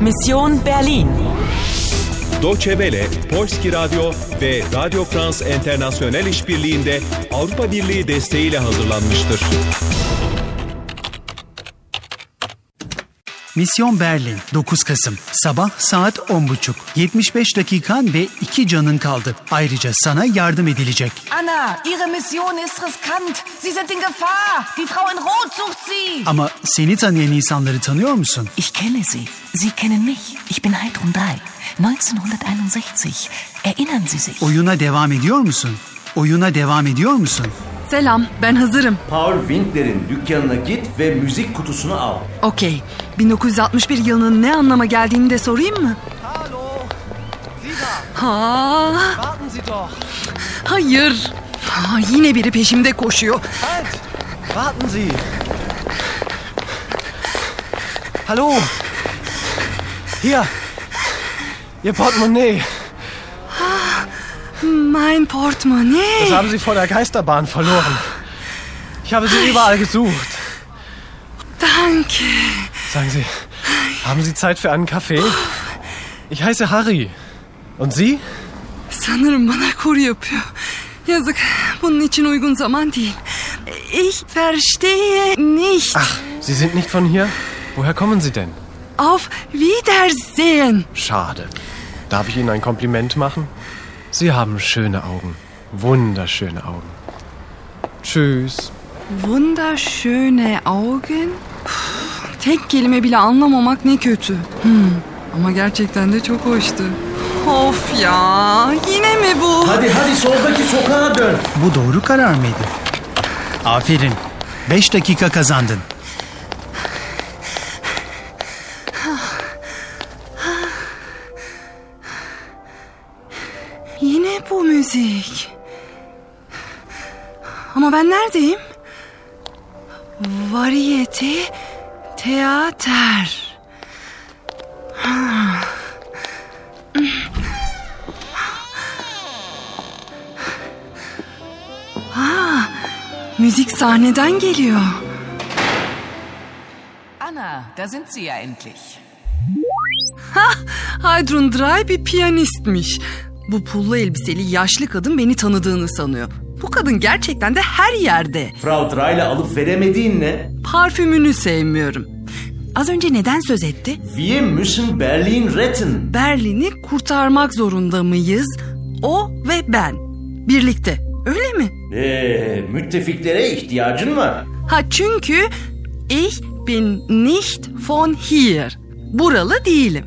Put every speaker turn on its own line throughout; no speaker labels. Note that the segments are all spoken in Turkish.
Mission Berlin.
Deutsche Welle, Polski Radyo ve Radio France International işbirliğinde Avrupa Birliği desteğiyle hazırlanmıştır.
Misyon Berlin 9 Kasım sabah saat 10.30 75 dakikan ve 2 canın kaldı. Ayrıca sana yardım edilecek.
Anna, Ihre Mission ist riskant. Sie sind in Gefahr. Die Frau in Rot sucht Sie.
Ama seni tanıyan insanları tanıyor musun?
Ich kenne Sie. Sie kennen mich. Ich bin Heidrun Äh, 3. 1961. Erinnern Sie sich?
Oyuna devam ediyor musun? Oyuna devam ediyor musun?
Selam, ben hazırım.
Paul Winkler'in dükkanına git ve müzik kutusunu al.
Okey. 1961 yılının ne anlama geldiğini de sorayım mı?
Hallo! Sie da!
Ha,
Warten Sie doch!
hayır. Ha, yine biri peşimde koşuyor.
Halt! Warten Sie! Hallo! Hier! Ihr Portemonnaie!
Mein
Das
Portemonnaie.
haben Sie vor der Geisterbahn verloren. Ich habe Sie überall gesucht.
Danke.
Sagen Sie, haben Sie Zeit für einen Kaffee? Ich heiße Harry. Und Sie?
Sanırım bana kur yapıyor. Yazık. Bunun için uygun zaman değil. Ich verstehe nicht.
Ach, Sie sind nicht von hier? Woher kommen Sie denn?
Auf Wiedersehen.
Schade. Darf ich Ihnen ein Kompliment machen? Sie haben schöne Augen. Wunderschöne Augen. Tschüss.
Wunderschöne Augen. Puh, Tek kelime bile anlamamak ne kötü. Hmm, Ama gerçekten de çok hoştu. Of ya yine mi bu?
Hadi hadi soldaki sokağa dön.
Bu doğru karar mıydı? Aferin. 5 dakika kazandın.
Yine bu müzik. Ama ben neredeyim? Variyete teater. Ah, müzik sahneden geliyor.
Anna, da sind Sie ja endlich.
Heidrun Drey bir piyanistmiş. Bu pullu elbiseli yaşlı kadın beni tanıdığını sanıyor. Bu kadın gerçekten de her yerde.
Frau Drey'le alıp veremediğin ne?
Parfümünü sevmiyorum. Az önce neden söz etti?
Wir müssen Berlin retten.
Berlin'i kurtarmak zorunda mıyız? O ve ben. Birlikte. Öyle mi?
Ee, müttefiklere ihtiyacın var.
Ha çünkü ich bin nicht von hier. Buralı değilim.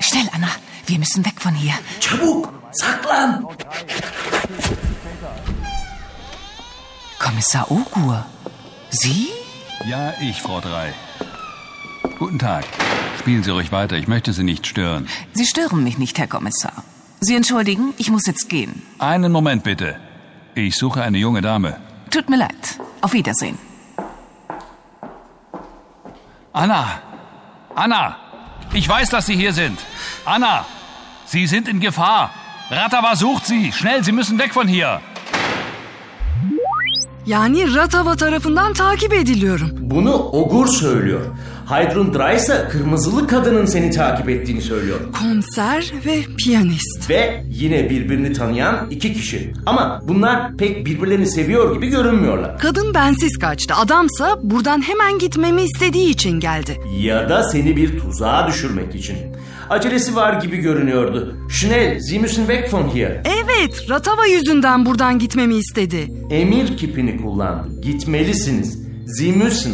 Schnell, Anna. Wir müssen weg von hier.
Çabuk saklan.
Kommissar Ogur. Sie?
Ja, ich, Frau Drei. Guten Tag. Spielen Sie ruhig weiter, ich möchte Sie nicht stören.
Sie stören mich nicht, Herr Kommissar. Sie entschuldigen, ich muss jetzt gehen.
Einen Moment bitte. Ich suche eine junge Dame.
Tut mir leid. Auf Wiedersehen.
Anna! Anna! Ich weiß, dass Sie hier sind. Anna! Sie sind in Gefahr. Ratava sucht Sie. Schnell, Sie müssen weg von hier.
Yani Ratava tarafından takip ediliyorum.
Bunu Ogur söylüyor. Heidrun Drey ise kırmızılı kadının seni takip ettiğini söylüyor.
Konser ve piyanist.
Ve yine birbirini tanıyan iki kişi. Ama bunlar pek birbirlerini seviyor gibi görünmüyorlar.
Kadın bensiz kaçtı. Adamsa buradan hemen gitmemi istediği için geldi.
Ya da seni bir tuzağa düşürmek için. Acelesi var gibi görünüyordu. Schnell, Sie müssen weg von hier.
Evet, Ratava yüzünden buradan gitmemi istedi.
Emir kipini kullandı. Gitmelisiniz. Sie müssen.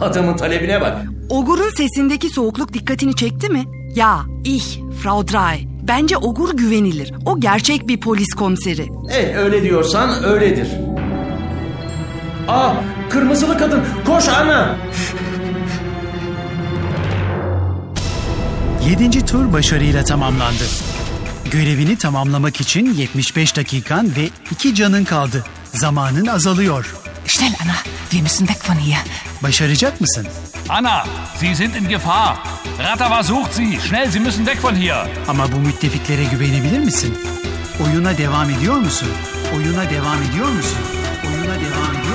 Adamın talebine bak.
Ogur'un sesindeki soğukluk dikkatini çekti mi? Ya, ich, Frau Drey. Bence Ogur güvenilir. O gerçek bir polis komiseri.
E öyle diyorsan öyledir. Aa kırmızılı kadın koş ana.
7. tur başarıyla tamamlandı. Görevini tamamlamak için 75 dakikan ve 2 canın kaldı. Zamanın azalıyor.
Schnell, Anna. Wir müssen weg von hier.
Başaracak mısın?
Anna! Sie sind in Gefahr. Ratava sucht Sie. Schnell, Sie müssen weg von hier.
Ama bu müttefiklere güvenebilir misin? Oyuna devam ediyor musun? Oyuna devam ediyor musun? Oyuna devam ediyor